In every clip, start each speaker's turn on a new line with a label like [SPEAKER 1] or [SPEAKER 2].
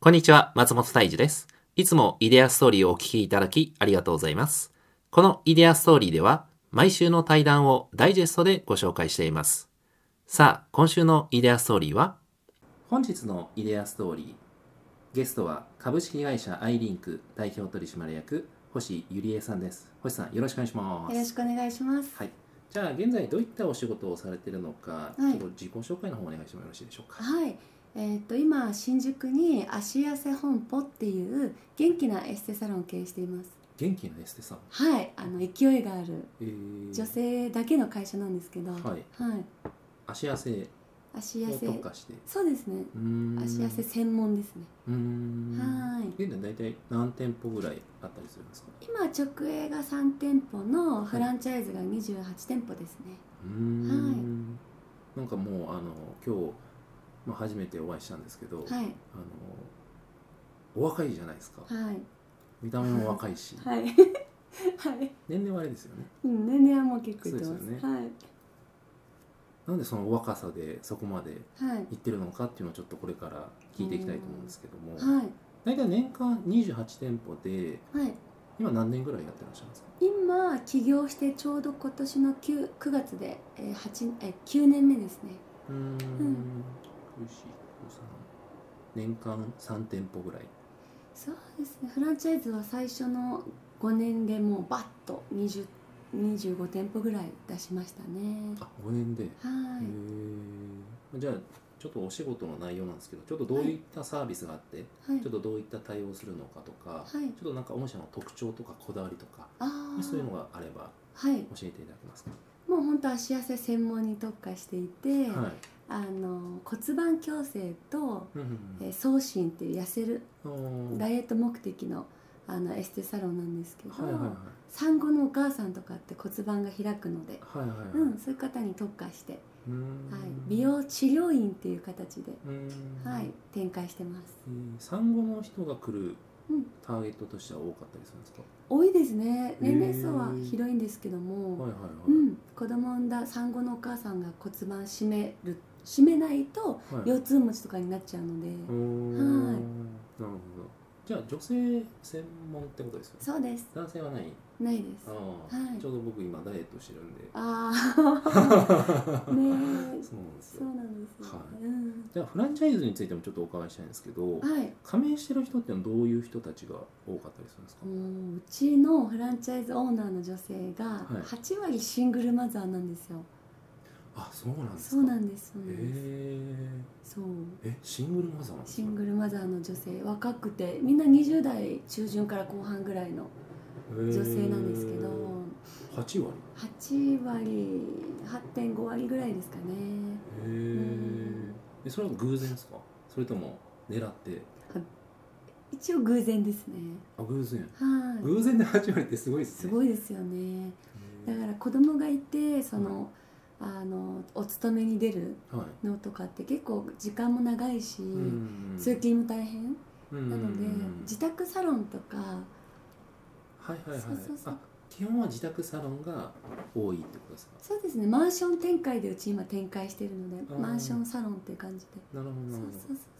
[SPEAKER 1] こんにちは、松本泰治です。いつもイデアストーリーをお聞きいただきありがとうございます。このイデアストーリーでは、毎週の対談をダイジェストでご紹介しています。さあ、今週のイデアストーリーは本日のイデアストーリー、ゲストは株式会社アイリンク代表取締役、星ゆりえさんです。星さん、よろしくお願いします。
[SPEAKER 2] よろしくお願いします。
[SPEAKER 1] はい。じゃあ、現在どういったお仕事をされているのか、はい、自己紹介の方お願いしてもよろしいでしょうか。
[SPEAKER 2] はい。えーと、と今新宿に足痩せ本舗っていう元気なエステサロンを経営しています
[SPEAKER 1] 元気なエステサロ
[SPEAKER 2] ンはいあの勢いがある、えー、女性だけの会社なんですけどはい、はい、
[SPEAKER 1] 足痩せ
[SPEAKER 2] 足痩せそうですね足痩せ専門ですね
[SPEAKER 1] はい現在大体何店舗ぐらいあったりするんですか
[SPEAKER 2] 今直営が3店舗のフランチャイズが28店舗ですねはい
[SPEAKER 1] なんかもうあの今日まあ、初めてお会いしたんですけど、はい、あのお若いじゃないですか、はい、見た目も若いし、 はい年齢はあれですよね、
[SPEAKER 2] うん、年齢はもう結構い
[SPEAKER 1] ってます
[SPEAKER 2] ね、はい、
[SPEAKER 1] なんでその若さでそこまでいってるのかっていうのをちょっとこれから聞いていきたいと思うんですけども、はい、大体年間28店舗で、はい、今何年ぐらいやってらっしゃいますか
[SPEAKER 2] 今起業してちょうど今年の 9, 9月で、えー、8えー、9年目ですねうん
[SPEAKER 1] 年間3店舗ぐらい
[SPEAKER 2] そうですねフランチャイズは最初の5年でもうバッと20 25店舗ぐらい出しましたね、
[SPEAKER 1] あ5年ではいじゃあちょっとお仕事の内容なんですけどちょっとどういったサービスがあって、はい、ちょっとどういった対応するのかとか、はい、ちょっとなんか御社の特徴とかこだわりとかそういうのがあれば教えていただけますか、はい
[SPEAKER 2] もう本当足痩せ専門に特化していて、はい、あの骨盤矯正と、うんうん、え送信っていう痩せるダイエット目的のあのエステサロンなんですけど、はいはいはい、産後のお母さんとかって骨盤が開くので、はいはいはい、うん、そういう方に特化して、はい、美容治療院っていう形で、はい、展開してます、
[SPEAKER 1] えー、産後の人が来るターゲットとしては多かったりするんですか、
[SPEAKER 2] 多いですね年齢層は広いんですけども、はいはいはいうん、子供産んだ産後のお母さんが骨盤締めるって締めないと腰痛持ちとかになっちゃうので、はい、はい、
[SPEAKER 1] なるほどじゃあ女性専門ってことですよね
[SPEAKER 2] そうです
[SPEAKER 1] 男性はない
[SPEAKER 2] ないです
[SPEAKER 1] はい、ちょうど僕今ダイエットしてるんで
[SPEAKER 2] あ あねえ
[SPEAKER 1] そうなんです
[SPEAKER 2] そうなんです、ね、
[SPEAKER 1] はい、うん、じゃあフランチャイズについてもちょっとお伺いしたいんですけど、はい、加盟してる人ってのはどういう人たちが多かったりするんですか
[SPEAKER 2] うちのフランチャイズオーナーの女性が8割シングルマザーなんですよ、
[SPEAKER 1] あ、そうなんです
[SPEAKER 2] そうなんです。そう
[SPEAKER 1] ええ、シングルマザー
[SPEAKER 2] シングルマザーの女性、若くて、みんな20代中旬から後半ぐらいの女性なんですけど、
[SPEAKER 1] 8割
[SPEAKER 2] ?8 割、8.5割ぐらいですかね。
[SPEAKER 1] へえ、うん、それは偶然ですかそれとも狙って
[SPEAKER 2] 一応偶然ですね。
[SPEAKER 1] あ、偶然。
[SPEAKER 2] はい。
[SPEAKER 1] 偶然で8割ってすごいです
[SPEAKER 2] ね。すごいですよね。だから子供がいて、その、うんあのお勤めに出るのとかって結構時間も長いし、はい、通勤も大変なので自宅サロンとか
[SPEAKER 1] はいはいはいそうそうそう基本は自宅サロンが多いってことですか
[SPEAKER 2] そうですねマンション展開でうち今展開してるのでマンションサロンっていう感じで
[SPEAKER 1] なるほど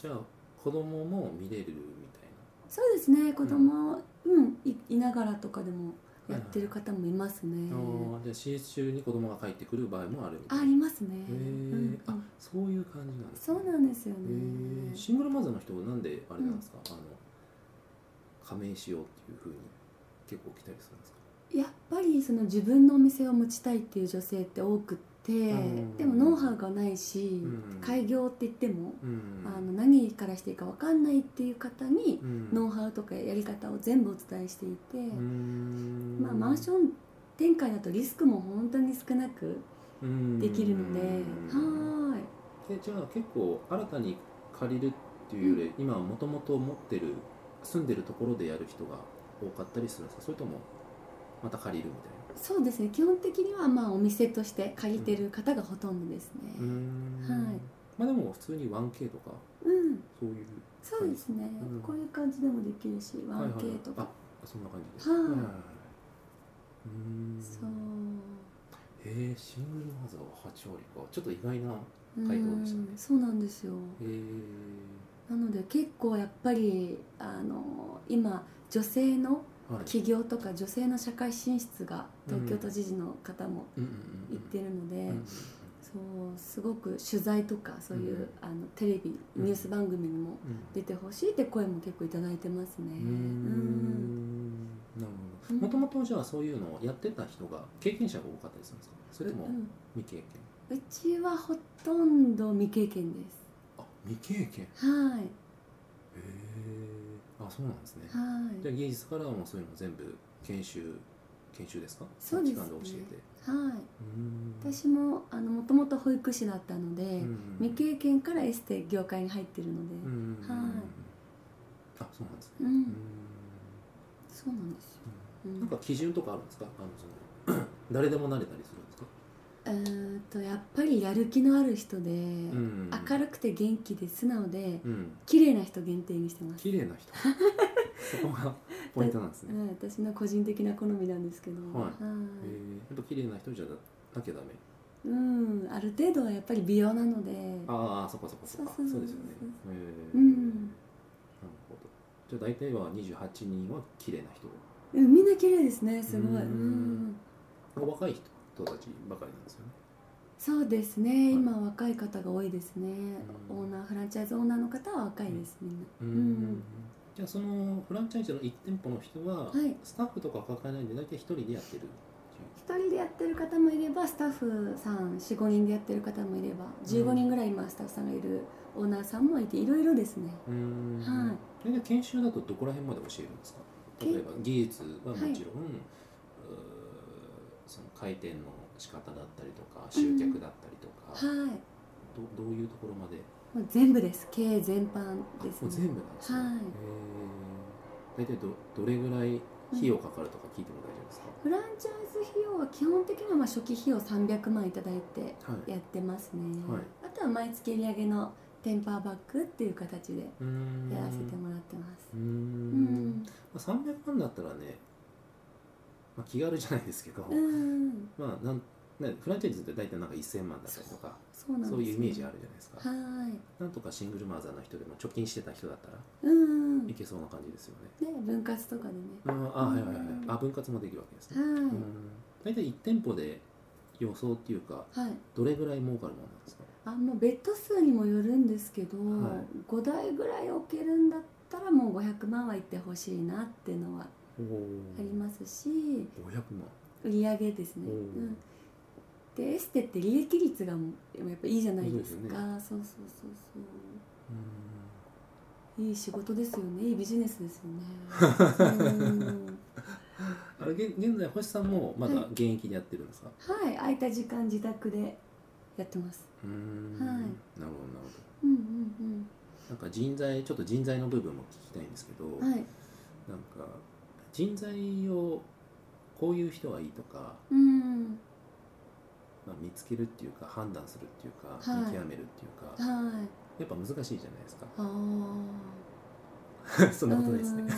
[SPEAKER 1] じゃあ子供も見れるみたいな
[SPEAKER 2] そうですね子供うん、うん、いいながらとかでもやってる方もいますね。
[SPEAKER 1] あじゃあ私立中に子供が帰ってくる場合もある
[SPEAKER 2] ありますね。
[SPEAKER 1] うん、あそういう感じなんです、
[SPEAKER 2] ね、そうなんですよね。
[SPEAKER 1] シングルマザーの人なんであれなんですか、うん、あの加盟しようっていうふうに結構来たりするんですか。
[SPEAKER 2] やっぱりその自分のお店を持ちたいっていう女性って多くて、でもノウハウがないし、開業って言っても、あの何からしていいか分かんないっていう方に、ノウハウとかやり方を全部お伝えしていて、まあ、マンション展開だとリスクも本当に少なくできるので、はい
[SPEAKER 1] でじゃあ結構新たに借りるっていうより、今はもともと持ってる住んでるところでやる人が多かったりするんですかそれともまた借りるみたいな
[SPEAKER 2] そうですね基本的にはまあお店として借りてる方がほとんどですね、うん、はい
[SPEAKER 1] まあでも普通に 1K とか、
[SPEAKER 2] うん、
[SPEAKER 1] そういう
[SPEAKER 2] そうですね、うん、こういう感じでもできるし 1K とか、はいはいはい、
[SPEAKER 1] あそんな感じ
[SPEAKER 2] ですはい、はい、
[SPEAKER 1] うん
[SPEAKER 2] そう
[SPEAKER 1] へえシングルマザーは8割かちょっと意外な回答でしたね、
[SPEAKER 2] そうなんですよ
[SPEAKER 1] へえ
[SPEAKER 2] なので結構やっぱりあの今女性の
[SPEAKER 1] はい
[SPEAKER 2] 起業とか女性の社会進出が東京都知事の方も
[SPEAKER 1] うんうんうん
[SPEAKER 2] 言ってるので、
[SPEAKER 1] うんうん
[SPEAKER 2] そうすごく取材とかそういう、
[SPEAKER 1] うん
[SPEAKER 2] あのテレビニュース番組にも
[SPEAKER 1] うん
[SPEAKER 2] 出てほしいって声も結構いただいてますね。
[SPEAKER 1] うーんなるほどもともとじゃあそういうのをやってた人が経験者が多かったりするんですかそれとも
[SPEAKER 2] うん
[SPEAKER 1] 未経験
[SPEAKER 2] うちはほとんど未経験で
[SPEAKER 1] あ未経験へ
[SPEAKER 2] す。はい
[SPEAKER 1] えあそうなんですね
[SPEAKER 2] はい
[SPEAKER 1] じゃあ技術からはもうそういうの全部研修研修ですか
[SPEAKER 2] そうですね
[SPEAKER 1] 期間で教えて
[SPEAKER 2] はい。
[SPEAKER 1] うーん
[SPEAKER 2] 私もあのもともと保育士だったので、
[SPEAKER 1] うん
[SPEAKER 2] 未経験からエステ業界に入ってるので、
[SPEAKER 1] うんうんうん
[SPEAKER 2] はい
[SPEAKER 1] あそうなんですね
[SPEAKER 2] うん
[SPEAKER 1] うーん
[SPEAKER 2] そうなんですよ。うん
[SPEAKER 1] なんか基準とかあるんですかあのその 誰でもなれたりするんですか
[SPEAKER 2] えーっとやっぱりやる気のある人で、明
[SPEAKER 1] い
[SPEAKER 2] るくて元気で素直で
[SPEAKER 1] うん
[SPEAKER 2] 綺麗な人限定にしてます。
[SPEAKER 1] 綺麗な 人そこがポイントなんですね
[SPEAKER 2] はい、私の個人的な好みなんですけど、
[SPEAKER 1] はい
[SPEAKER 2] い
[SPEAKER 1] えー、やっぱ綺麗な人じゃなきゃダメ
[SPEAKER 2] うん、ある程度はやっぱり美容なので、
[SPEAKER 1] ああそっかそっかそっか
[SPEAKER 2] そうそうそう
[SPEAKER 1] ですよねえー
[SPEAKER 2] うん
[SPEAKER 1] なるほどじゃあ大体は28人は綺麗な人
[SPEAKER 2] うん、みんな綺麗ですねすごい、
[SPEAKER 1] う
[SPEAKER 2] うんん
[SPEAKER 1] 若い人たちばかりなんですよね
[SPEAKER 2] そうですね今若い方が多いですね、
[SPEAKER 1] うん
[SPEAKER 2] オーナーフランチャイズオーナーの方は若いです、みんな
[SPEAKER 1] うん
[SPEAKER 2] ん
[SPEAKER 1] じゃあそのフランチャイズの1店舗の人は、
[SPEAKER 2] はい
[SPEAKER 1] スタッフとか抱えないんで大体1人でやってる
[SPEAKER 2] 一人でやってる方もいればスタッフさん45人でやってる方もいれば15人ぐらい今スタッフさんがいるオーナーさんもいていろいろですね
[SPEAKER 1] うん
[SPEAKER 2] はい
[SPEAKER 1] それで研修だとどこら辺まで教えるんですか
[SPEAKER 2] け
[SPEAKER 1] 例えば技術はもちろん、
[SPEAKER 2] はいう
[SPEAKER 1] ーその回転の仕方だったりとか集客だったりとか、
[SPEAKER 2] はい
[SPEAKER 1] どどういうところまで
[SPEAKER 2] もう全部です経営全般
[SPEAKER 1] あ
[SPEAKER 2] です
[SPEAKER 1] もう
[SPEAKER 2] ね
[SPEAKER 1] 全部なんですね、
[SPEAKER 2] はい
[SPEAKER 1] へー大体どどれぐらい費用かかるとか聞いても大丈夫ですか、
[SPEAKER 2] フランチャイズ費用は基本的にはまあ初期費用300万いただいて
[SPEAKER 1] はい
[SPEAKER 2] やってますね、
[SPEAKER 1] はい
[SPEAKER 2] あとは毎月売り上げのテンパーバックっていう形で
[SPEAKER 1] うーん
[SPEAKER 2] やらせてもらってます
[SPEAKER 1] うー
[SPEAKER 2] うんん
[SPEAKER 1] まあ、300万だったらね、まあ、気軽じゃないですけど、
[SPEAKER 2] うん
[SPEAKER 1] まあなんね、フランチャイズって大体なんか1000万だったりとか
[SPEAKER 2] そう
[SPEAKER 1] そう
[SPEAKER 2] なんですね
[SPEAKER 1] いうイメージあるじゃないですか、
[SPEAKER 2] はい
[SPEAKER 1] なんとかシングルマザーの人でも貯金してた人だったら
[SPEAKER 2] うん
[SPEAKER 1] い
[SPEAKER 2] ね
[SPEAKER 1] けそうな感じですよね、
[SPEAKER 2] 分割とかでね
[SPEAKER 1] うん、あはいはいはい
[SPEAKER 2] うん
[SPEAKER 1] あ分割もできるわけですね、
[SPEAKER 2] は
[SPEAKER 1] う
[SPEAKER 2] い、
[SPEAKER 1] ん大体1店舗で予想っていうか
[SPEAKER 2] はい
[SPEAKER 1] どれぐらい儲かるものなんですか
[SPEAKER 2] あもうベッド数にもよるんですけど、
[SPEAKER 1] はい
[SPEAKER 2] 5台ぐらい置けるんだったらもう500万はいってほしいなっていうのは
[SPEAKER 1] お
[SPEAKER 2] ありますし
[SPEAKER 1] 500万
[SPEAKER 2] 売り上げですね、
[SPEAKER 1] おー
[SPEAKER 2] うん、でエステって利益率がもうやっぱいいじゃないです
[SPEAKER 1] いいです
[SPEAKER 2] か
[SPEAKER 1] よ
[SPEAKER 2] そうそうそうそういい仕事ですよねいいビジネスですよ ねうん
[SPEAKER 1] あれ現現在星さんもまだ
[SPEAKER 2] はい
[SPEAKER 1] 現役でやってるんですか、
[SPEAKER 2] はい空いた時間自宅でやってます
[SPEAKER 1] うーん
[SPEAKER 2] はい
[SPEAKER 1] なるほどなるほど
[SPEAKER 2] うんうん
[SPEAKER 1] なんか人材ちょっと人材の部分も聞きたいんですけど、
[SPEAKER 2] うんはい
[SPEAKER 1] なんか人材をこういう人はいいとか、
[SPEAKER 2] うん
[SPEAKER 1] まあ、見つけるっていうか判断するっていうか、
[SPEAKER 2] はい
[SPEAKER 1] 見極めるっていうか、
[SPEAKER 2] はい
[SPEAKER 1] やっぱ難しいじゃないですか
[SPEAKER 2] ああ
[SPEAKER 1] そんなことないですね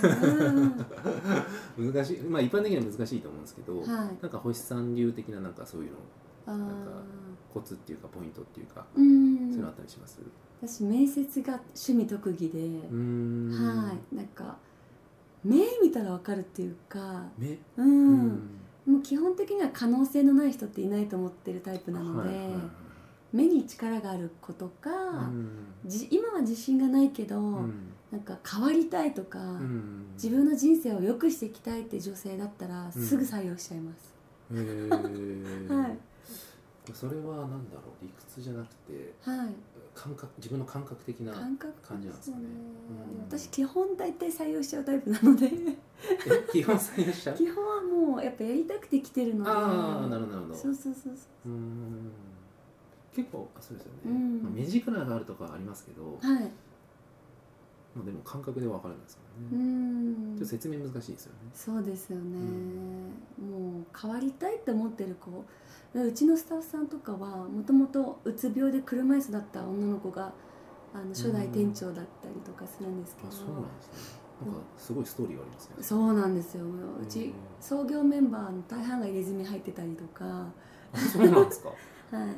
[SPEAKER 2] うん
[SPEAKER 1] 難しいまあ一般的には難しいと思うんですけど、
[SPEAKER 2] はい。
[SPEAKER 1] なんか星さん流的ななんかそういうの
[SPEAKER 2] あ
[SPEAKER 1] なんか
[SPEAKER 2] ー
[SPEAKER 1] コツっていうかポイントっていうか、
[SPEAKER 2] う
[SPEAKER 1] そういうのあ
[SPEAKER 2] ん
[SPEAKER 1] っ。たりします
[SPEAKER 2] 私面接が趣味特技で、
[SPEAKER 1] うーん
[SPEAKER 2] はい。なんか目見たらわかるっていうか、
[SPEAKER 1] 目う
[SPEAKER 2] う。
[SPEAKER 1] ん
[SPEAKER 2] もう基本的には可能性のない人っていないと思ってるタイプなので、
[SPEAKER 1] はいはいはい
[SPEAKER 2] 目に力がある子とか、
[SPEAKER 1] うん
[SPEAKER 2] じ今は自信がないけど、
[SPEAKER 1] うん
[SPEAKER 2] なんか変わりたいとか。
[SPEAKER 1] うん
[SPEAKER 2] 自分の人生を良くしていきたいって女性だったら
[SPEAKER 1] うん
[SPEAKER 2] すぐ採用しちゃいます。
[SPEAKER 1] へー
[SPEAKER 2] はい
[SPEAKER 1] それはなんだろう理屈じゃなくて
[SPEAKER 2] はい。
[SPEAKER 1] 感覚自分の感覚的な
[SPEAKER 2] 感覚
[SPEAKER 1] 感じなんですかねうん
[SPEAKER 2] 私基本大体採用しちゃうタイプなので
[SPEAKER 1] え基本採用者
[SPEAKER 2] 基本はもうやっぱやりたくて来てるので
[SPEAKER 1] ああなるほどなるほど
[SPEAKER 2] そうそうそうそう
[SPEAKER 1] ーん結構あそうですよね、
[SPEAKER 2] うん
[SPEAKER 1] まあ目力があるとかはありますけど、
[SPEAKER 2] うはい
[SPEAKER 1] まあ、でも感覚で分かるんです
[SPEAKER 2] う
[SPEAKER 1] もんね、
[SPEAKER 2] ん
[SPEAKER 1] ちょっと説明難しいですよね
[SPEAKER 2] そうですよね、
[SPEAKER 1] う
[SPEAKER 2] もう変わりたいって思ってる子うちのスタッフさんとかはもともとうつ病で車椅子だった女の子があの初代店長だったりとかするんですけど、
[SPEAKER 1] あそうなんですねなんかすごいストーリーがありますね
[SPEAKER 2] そうなんですよう
[SPEAKER 1] へー
[SPEAKER 2] ち創業メンバーの大半が入れ墨入ってたりとか
[SPEAKER 1] あそうなんですか
[SPEAKER 2] はい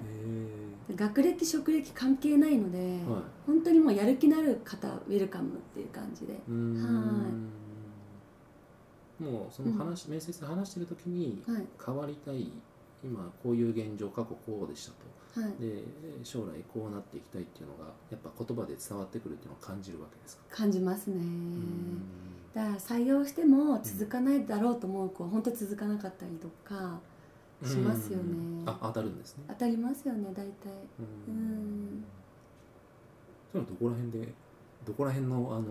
[SPEAKER 1] え
[SPEAKER 2] 学歴職歴関係ないので、
[SPEAKER 1] ーはい
[SPEAKER 2] 本当にもうやる気のある方ウェルカムっていう感じで
[SPEAKER 1] うーんもうその話、面接で話してる時に
[SPEAKER 2] はい
[SPEAKER 1] 変わりたい今こういう現状過去こうでしたと
[SPEAKER 2] はい
[SPEAKER 1] で将来こうなっていきたいっていうのがやっぱ言葉で伝わってくるっていうのを感じるわけですか、
[SPEAKER 2] 感じますね
[SPEAKER 1] うーん
[SPEAKER 2] だから採用しても続かないだろうと思う子は本当続かなかったりとかしますよ
[SPEAKER 1] うん
[SPEAKER 2] ね
[SPEAKER 1] あ当たるんですね
[SPEAKER 2] 当たりますよね大体
[SPEAKER 1] うー
[SPEAKER 2] うん
[SPEAKER 1] それはどこら辺でどこら辺のあの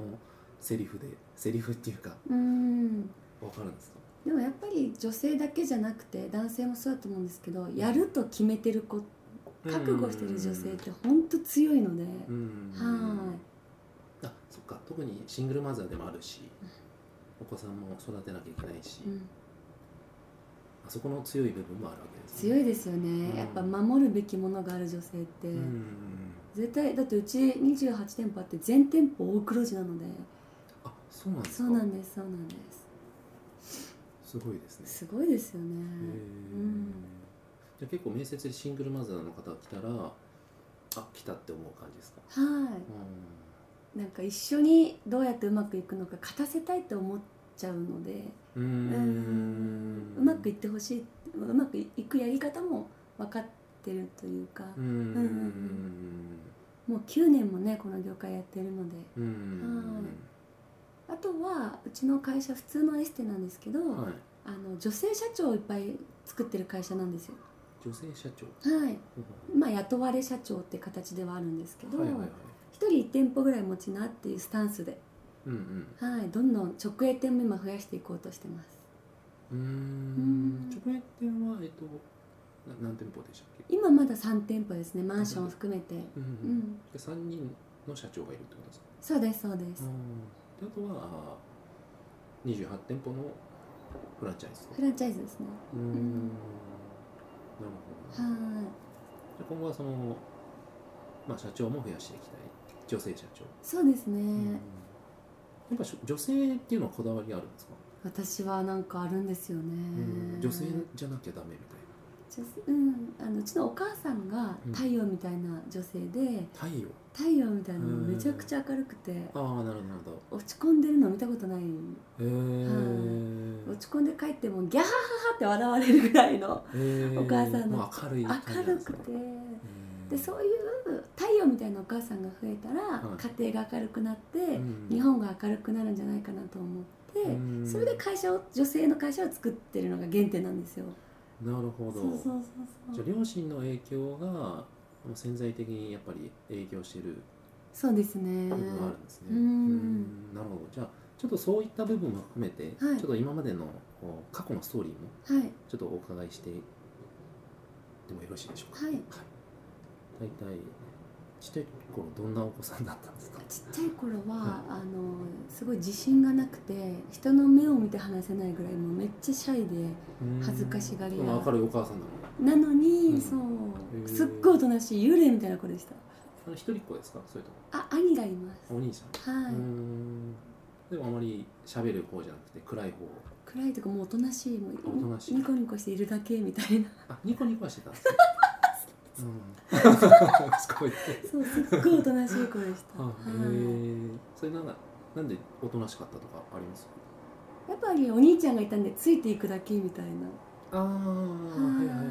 [SPEAKER 1] セリフでセリフっていうか
[SPEAKER 2] うん
[SPEAKER 1] 分かるんですか
[SPEAKER 2] でもやっぱり女性だけじゃなくて男性もそうだと思うんですけどやると決めてる子覚悟してる女性って本当強いので
[SPEAKER 1] うん
[SPEAKER 2] は
[SPEAKER 1] あそっか特にシングルマザーでもあるしお子さんも育てなきゃいけないし、
[SPEAKER 2] うん
[SPEAKER 1] あそこの強い部分もあるわけです、
[SPEAKER 2] 強
[SPEAKER 1] い
[SPEAKER 2] いですよ
[SPEAKER 1] うん
[SPEAKER 2] ねやっぱ守るべきものがある女性って
[SPEAKER 1] うん
[SPEAKER 2] 絶対だってうち28店舗あって全店舗大黒字なので
[SPEAKER 1] あそうなんです
[SPEAKER 2] そ
[SPEAKER 1] か
[SPEAKER 2] うなんですそうなんです
[SPEAKER 1] ごいですね
[SPEAKER 2] すすごいですよね
[SPEAKER 1] へー
[SPEAKER 2] うん
[SPEAKER 1] じゃあ結構面接でシングルマザーの方が来たらあ来たって思う感じですか
[SPEAKER 2] は
[SPEAKER 1] う
[SPEAKER 2] いなんか一緒にどうやってうまくいくのか勝たせたいって思っちゃうので
[SPEAKER 1] んう
[SPEAKER 2] うんうまくいってほしいうまくいくやり方も分かってるというか
[SPEAKER 1] う
[SPEAKER 2] うんもう9年もねこの業界やってるので
[SPEAKER 1] うんうん
[SPEAKER 2] あとはうちの会社普通のエステなんですけど、
[SPEAKER 1] はい
[SPEAKER 2] あの女性社長をいっぱい作ってる会社なんですよ
[SPEAKER 1] 女性社長
[SPEAKER 2] はいまあ雇われ社長って形ではあるんですけど、
[SPEAKER 1] はいはいはい
[SPEAKER 2] 一人1店舗ぐらい持ちなっていうスタンスで、
[SPEAKER 1] うんうん
[SPEAKER 2] はい、どんどん直営店も今増やしていこうとしてます
[SPEAKER 1] うーん
[SPEAKER 2] うん
[SPEAKER 1] 直営店はえっとな何店舗でしたっけ
[SPEAKER 2] 今まだ3店舗ですねマンションを含めて
[SPEAKER 1] うんう
[SPEAKER 2] うんん
[SPEAKER 1] で3人の社長がいるってことですか
[SPEAKER 2] そうですそうです
[SPEAKER 1] であとはあー28店舗のフランチャイズ
[SPEAKER 2] フランチャイズですね
[SPEAKER 1] うーんなるほど
[SPEAKER 2] はい
[SPEAKER 1] じゃあ今後はその、まあ、社長も増やしていきたい女性社長、
[SPEAKER 2] そうですね、
[SPEAKER 1] うんやっぱし女性っていうのはこだわりあるんですか、
[SPEAKER 2] 私はなんかあるんですよ
[SPEAKER 1] うん
[SPEAKER 2] ね
[SPEAKER 1] 女性じゃなきゃダメみたいな
[SPEAKER 2] 女性うん、あのうちのお母さんが
[SPEAKER 1] うん
[SPEAKER 2] 太陽みたいな女性で、
[SPEAKER 1] 太陽
[SPEAKER 2] 太陽みたいなのめちゃくちゃ明るくて
[SPEAKER 1] ああなるほどなるほど
[SPEAKER 2] 落ち込んでるの見たことない
[SPEAKER 1] へー
[SPEAKER 2] 落ち込んで帰ってもギャハハハって笑われるぐらいの
[SPEAKER 1] へー
[SPEAKER 2] お母さんの
[SPEAKER 1] もう明るい感じ
[SPEAKER 2] 明
[SPEAKER 1] なん
[SPEAKER 2] る
[SPEAKER 1] です
[SPEAKER 2] く
[SPEAKER 1] ね
[SPEAKER 2] て
[SPEAKER 1] うん
[SPEAKER 2] でそういう太陽みたいなお母さんが増えたら
[SPEAKER 1] はい
[SPEAKER 2] 家庭が明るくなって
[SPEAKER 1] うん
[SPEAKER 2] 日本が明るくなるんじゃないかなと思って
[SPEAKER 1] うん
[SPEAKER 2] それで会社を女性の会社を作ってるのが原点なんですよ。
[SPEAKER 1] なるほど
[SPEAKER 2] そうそう
[SPEAKER 1] じ
[SPEAKER 2] そ
[SPEAKER 1] ゃ
[SPEAKER 2] う
[SPEAKER 1] あ両親の影響がもう潜在的にやっぱり影響してる
[SPEAKER 2] そうですね
[SPEAKER 1] 部分があるんですね。
[SPEAKER 2] うん
[SPEAKER 1] うんなるほど。じゃあちょっとそういった部分も含めて、
[SPEAKER 2] はい
[SPEAKER 1] ちょっと今までのこう過去のストーリーも
[SPEAKER 2] はい
[SPEAKER 1] ちょっとお伺いしてでもよろしいでしょうか。
[SPEAKER 2] はい
[SPEAKER 1] 大体ちっちゃい頃どんなお子さんだったんですか。
[SPEAKER 2] ちっちゃい頃は、あのすごい自信がなくて人の目を見て話せないぐらいもうめっちゃシャイで
[SPEAKER 1] うん
[SPEAKER 2] 恥ずかしがり屋
[SPEAKER 1] その明るいお母さんなの。
[SPEAKER 2] なのに、
[SPEAKER 1] うん
[SPEAKER 2] そ
[SPEAKER 1] へえ
[SPEAKER 2] うすっごいおとなしい幽霊みたいな子でした
[SPEAKER 1] あの一人っ子ですか。それとも
[SPEAKER 2] あ兄がいます
[SPEAKER 1] お兄さん。
[SPEAKER 2] はい、
[SPEAKER 1] うんでもあまり喋る方じゃなくて暗い方。
[SPEAKER 2] 暗いとかもうおとなしいもう
[SPEAKER 1] おとなしい
[SPEAKER 2] ニコニコしているだけみたいな
[SPEAKER 1] あニコニコはしてたんですね。 うん、 すごい。
[SPEAKER 2] そうすっごいおとなしい子でし た、
[SPEAKER 1] あ
[SPEAKER 2] は
[SPEAKER 1] へ
[SPEAKER 2] い、
[SPEAKER 1] えそれなんかなんでおとなしかったとかあります
[SPEAKER 2] やっぱりお兄ちゃんがいたんでついていくだけみたいな
[SPEAKER 1] ああはいはいはいはいはいなる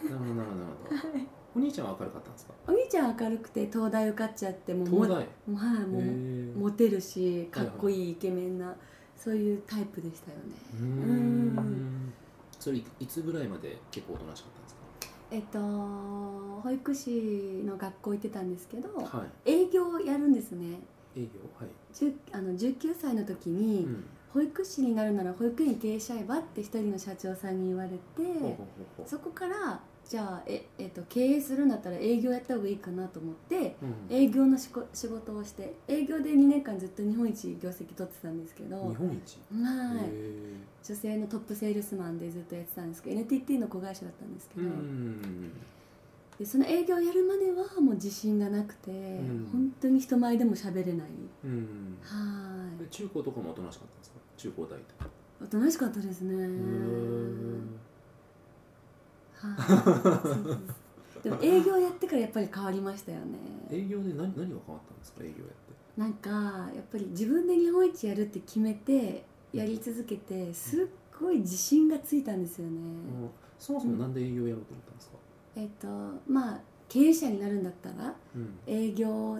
[SPEAKER 1] ほどなるほどなるほど
[SPEAKER 2] はい
[SPEAKER 1] お兄ちゃんは明るかったんですか
[SPEAKER 2] お兄ちゃんは明るくて東大受かっちゃってもう
[SPEAKER 1] 東大へ
[SPEAKER 2] もうはいもう
[SPEAKER 1] え
[SPEAKER 2] モテるしかっこいいイケメンなそういうタイプでしたよね
[SPEAKER 1] うーんそれいいつぐらいまで結構おとなしかったんです
[SPEAKER 2] えっと保育士の学校行ってたんですけど
[SPEAKER 1] かはい
[SPEAKER 2] 営業をやるんですね
[SPEAKER 1] 営業はい、
[SPEAKER 2] 10あの19歳の時
[SPEAKER 1] う
[SPEAKER 2] に、
[SPEAKER 1] ん、
[SPEAKER 2] 保育士になるなら保育園経営しちゃえばって一人の社長さんに言われて
[SPEAKER 1] ほうほうほうほ
[SPEAKER 2] そこからじゃあえ、えっと経営するんだったら営業やった方がいいかなと思って
[SPEAKER 1] う、うん、
[SPEAKER 2] 営業のしこ仕事をして営業で2年間ずっと日本一業績取ってたんですけど
[SPEAKER 1] 日本一
[SPEAKER 2] はい
[SPEAKER 1] へえ
[SPEAKER 2] 女性のトップセールスマンでずっとやってたんですけど NTT の子会社だったんですけ
[SPEAKER 1] う
[SPEAKER 2] ど、
[SPEAKER 1] ん
[SPEAKER 2] でその営業やるまではもう自信がなくて、
[SPEAKER 1] ん
[SPEAKER 2] 本当に人前でも喋れない
[SPEAKER 1] うん
[SPEAKER 2] は
[SPEAKER 1] で中高とかもおとなしかったんですか中高大とか
[SPEAKER 2] ーいおとなしかったですね
[SPEAKER 1] へえ
[SPEAKER 2] はいそうですでも営業やってからやっぱり変わりましたよね
[SPEAKER 1] 営業で何何が変わったんですか営業やって
[SPEAKER 2] なんかやっぱり自分で日本一やるって決めてやり続けてすっごい自信がついたんですよね、
[SPEAKER 1] うんそもそもなんで営業やろうと思ったんですか、
[SPEAKER 2] えっとまあ経営者になるんだったら
[SPEAKER 1] うん
[SPEAKER 2] 営業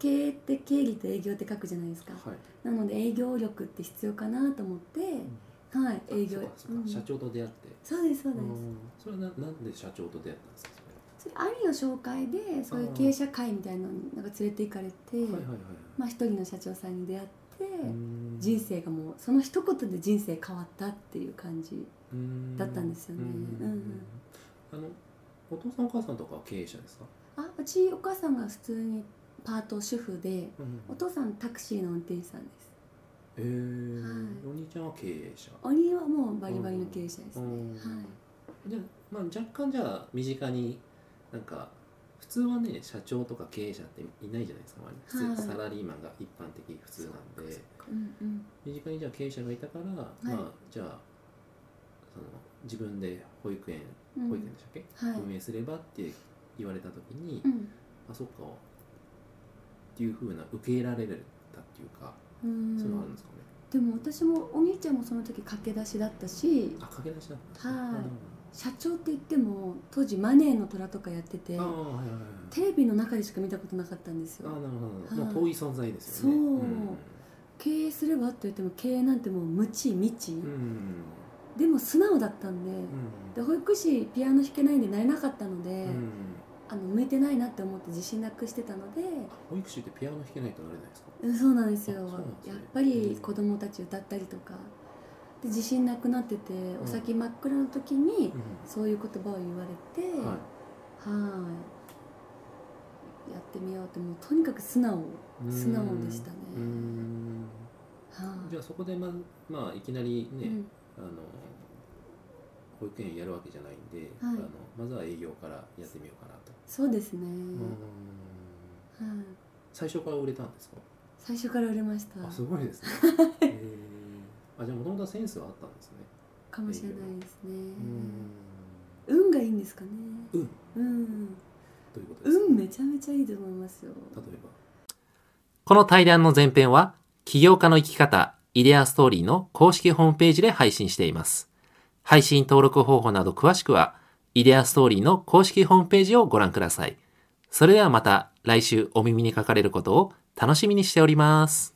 [SPEAKER 2] 経営って経理と営業って書くじゃないですか
[SPEAKER 1] はい、
[SPEAKER 2] なので営業力って必要かなと思って、はい営業
[SPEAKER 1] あそうかそうか
[SPEAKER 2] うん
[SPEAKER 1] 社長と出会って
[SPEAKER 2] そうですそう
[SPEAKER 1] う
[SPEAKER 2] です、
[SPEAKER 1] んそれはななんで社長と出会ったんですか
[SPEAKER 2] それ兄の紹介でそういう経営者会みたいなのになんか連れて行かれて、
[SPEAKER 1] それはいはいはいはい、
[SPEAKER 2] まあ、一人の社長さんに出会って、
[SPEAKER 1] うん
[SPEAKER 2] 人生がもうその一言で人生変わったっていう感じだったんですよね
[SPEAKER 1] う
[SPEAKER 2] うん
[SPEAKER 1] あのお父さんお母さんとかは経営者ですか、
[SPEAKER 2] あうちお母さんが普通にパート主婦で
[SPEAKER 1] うん
[SPEAKER 2] お父さんタクシーの運転手さんです
[SPEAKER 1] えー
[SPEAKER 2] はい
[SPEAKER 1] お兄ちゃんは経営者
[SPEAKER 2] お兄はもうバリバリの経営者ですね、
[SPEAKER 1] うん
[SPEAKER 2] はい
[SPEAKER 1] じゃあ、まあ、若干じゃあ身近になんか普通はね社長とか経営者っていないじゃないですか周りに普通
[SPEAKER 2] はい
[SPEAKER 1] サラリーマンが一般的普通なんで
[SPEAKER 2] うんうん
[SPEAKER 1] 身近にじゃあ経営者がいたから、
[SPEAKER 2] い
[SPEAKER 1] まあじゃあその自分で保育園
[SPEAKER 2] うん
[SPEAKER 1] 保育園でしたっけ、
[SPEAKER 2] はい
[SPEAKER 1] 運営すればって言われた時に、
[SPEAKER 2] うん
[SPEAKER 1] あそっかっていうふうな受け入れられたっていうか
[SPEAKER 2] う
[SPEAKER 1] そういうのあるん
[SPEAKER 2] ん
[SPEAKER 1] ですかね、
[SPEAKER 2] でも私もお兄ちゃんもその時駆け出しだったし
[SPEAKER 1] あ駆け出しだった
[SPEAKER 2] はい
[SPEAKER 1] うん
[SPEAKER 2] 社長って言っても当時マネーの虎とかやってて
[SPEAKER 1] ああはいはいはい
[SPEAKER 2] テレビの中でしか見たことなかったんです
[SPEAKER 1] ああ
[SPEAKER 2] よ
[SPEAKER 1] なるほど、
[SPEAKER 2] はい
[SPEAKER 1] もう遠い存在ですよね
[SPEAKER 2] そうん経営すればって言っても経営なんてもう無知未
[SPEAKER 1] う
[SPEAKER 2] 知、
[SPEAKER 1] ん
[SPEAKER 2] でも素直だったんで,、
[SPEAKER 1] うん
[SPEAKER 2] で保育士ピアノ弾けないんでなれなかったので、
[SPEAKER 1] うん
[SPEAKER 2] あの向いてないなって思って自信なくしてたので、
[SPEAKER 1] 保育士ってピアノ弾けないとなれないですか
[SPEAKER 2] うんそうなんですよ
[SPEAKER 1] あそうなんですね
[SPEAKER 2] やっぱり子供たち歌ったりとかで自信なくなっててお先真っ暗の時に
[SPEAKER 1] う
[SPEAKER 2] そういう言葉を言われて、
[SPEAKER 1] んはい
[SPEAKER 2] はいやってみようってもうとにかく素直
[SPEAKER 1] うん
[SPEAKER 2] 素直でしたね
[SPEAKER 1] うん
[SPEAKER 2] はい
[SPEAKER 1] じゃあそこでままあいきなりね、
[SPEAKER 2] うん
[SPEAKER 1] あの保育園やるわけじゃないんで、
[SPEAKER 2] はい
[SPEAKER 1] あのまずは営業からやってみようかなと、
[SPEAKER 2] そうですね、
[SPEAKER 1] うん
[SPEAKER 2] はい
[SPEAKER 1] 最初から売れたんですか
[SPEAKER 2] 最初から売れました
[SPEAKER 1] あすごいですねへえあじゃあもともとセンスはあったんですね
[SPEAKER 2] かもしれないですね
[SPEAKER 1] うん
[SPEAKER 2] 運がいいんですかね
[SPEAKER 1] 運
[SPEAKER 2] うん
[SPEAKER 1] ということですか
[SPEAKER 2] 運めちゃめちゃいいと思いますよ
[SPEAKER 1] 例えばこの対談の前編は、起業家の生き方、イデアストーリーの公式ホームページで配信しています。配信登録方法など詳しくは、イデアストーリーの公式ホームページをご覧ください。それではまた来週お耳にかかれることを楽しみにしております。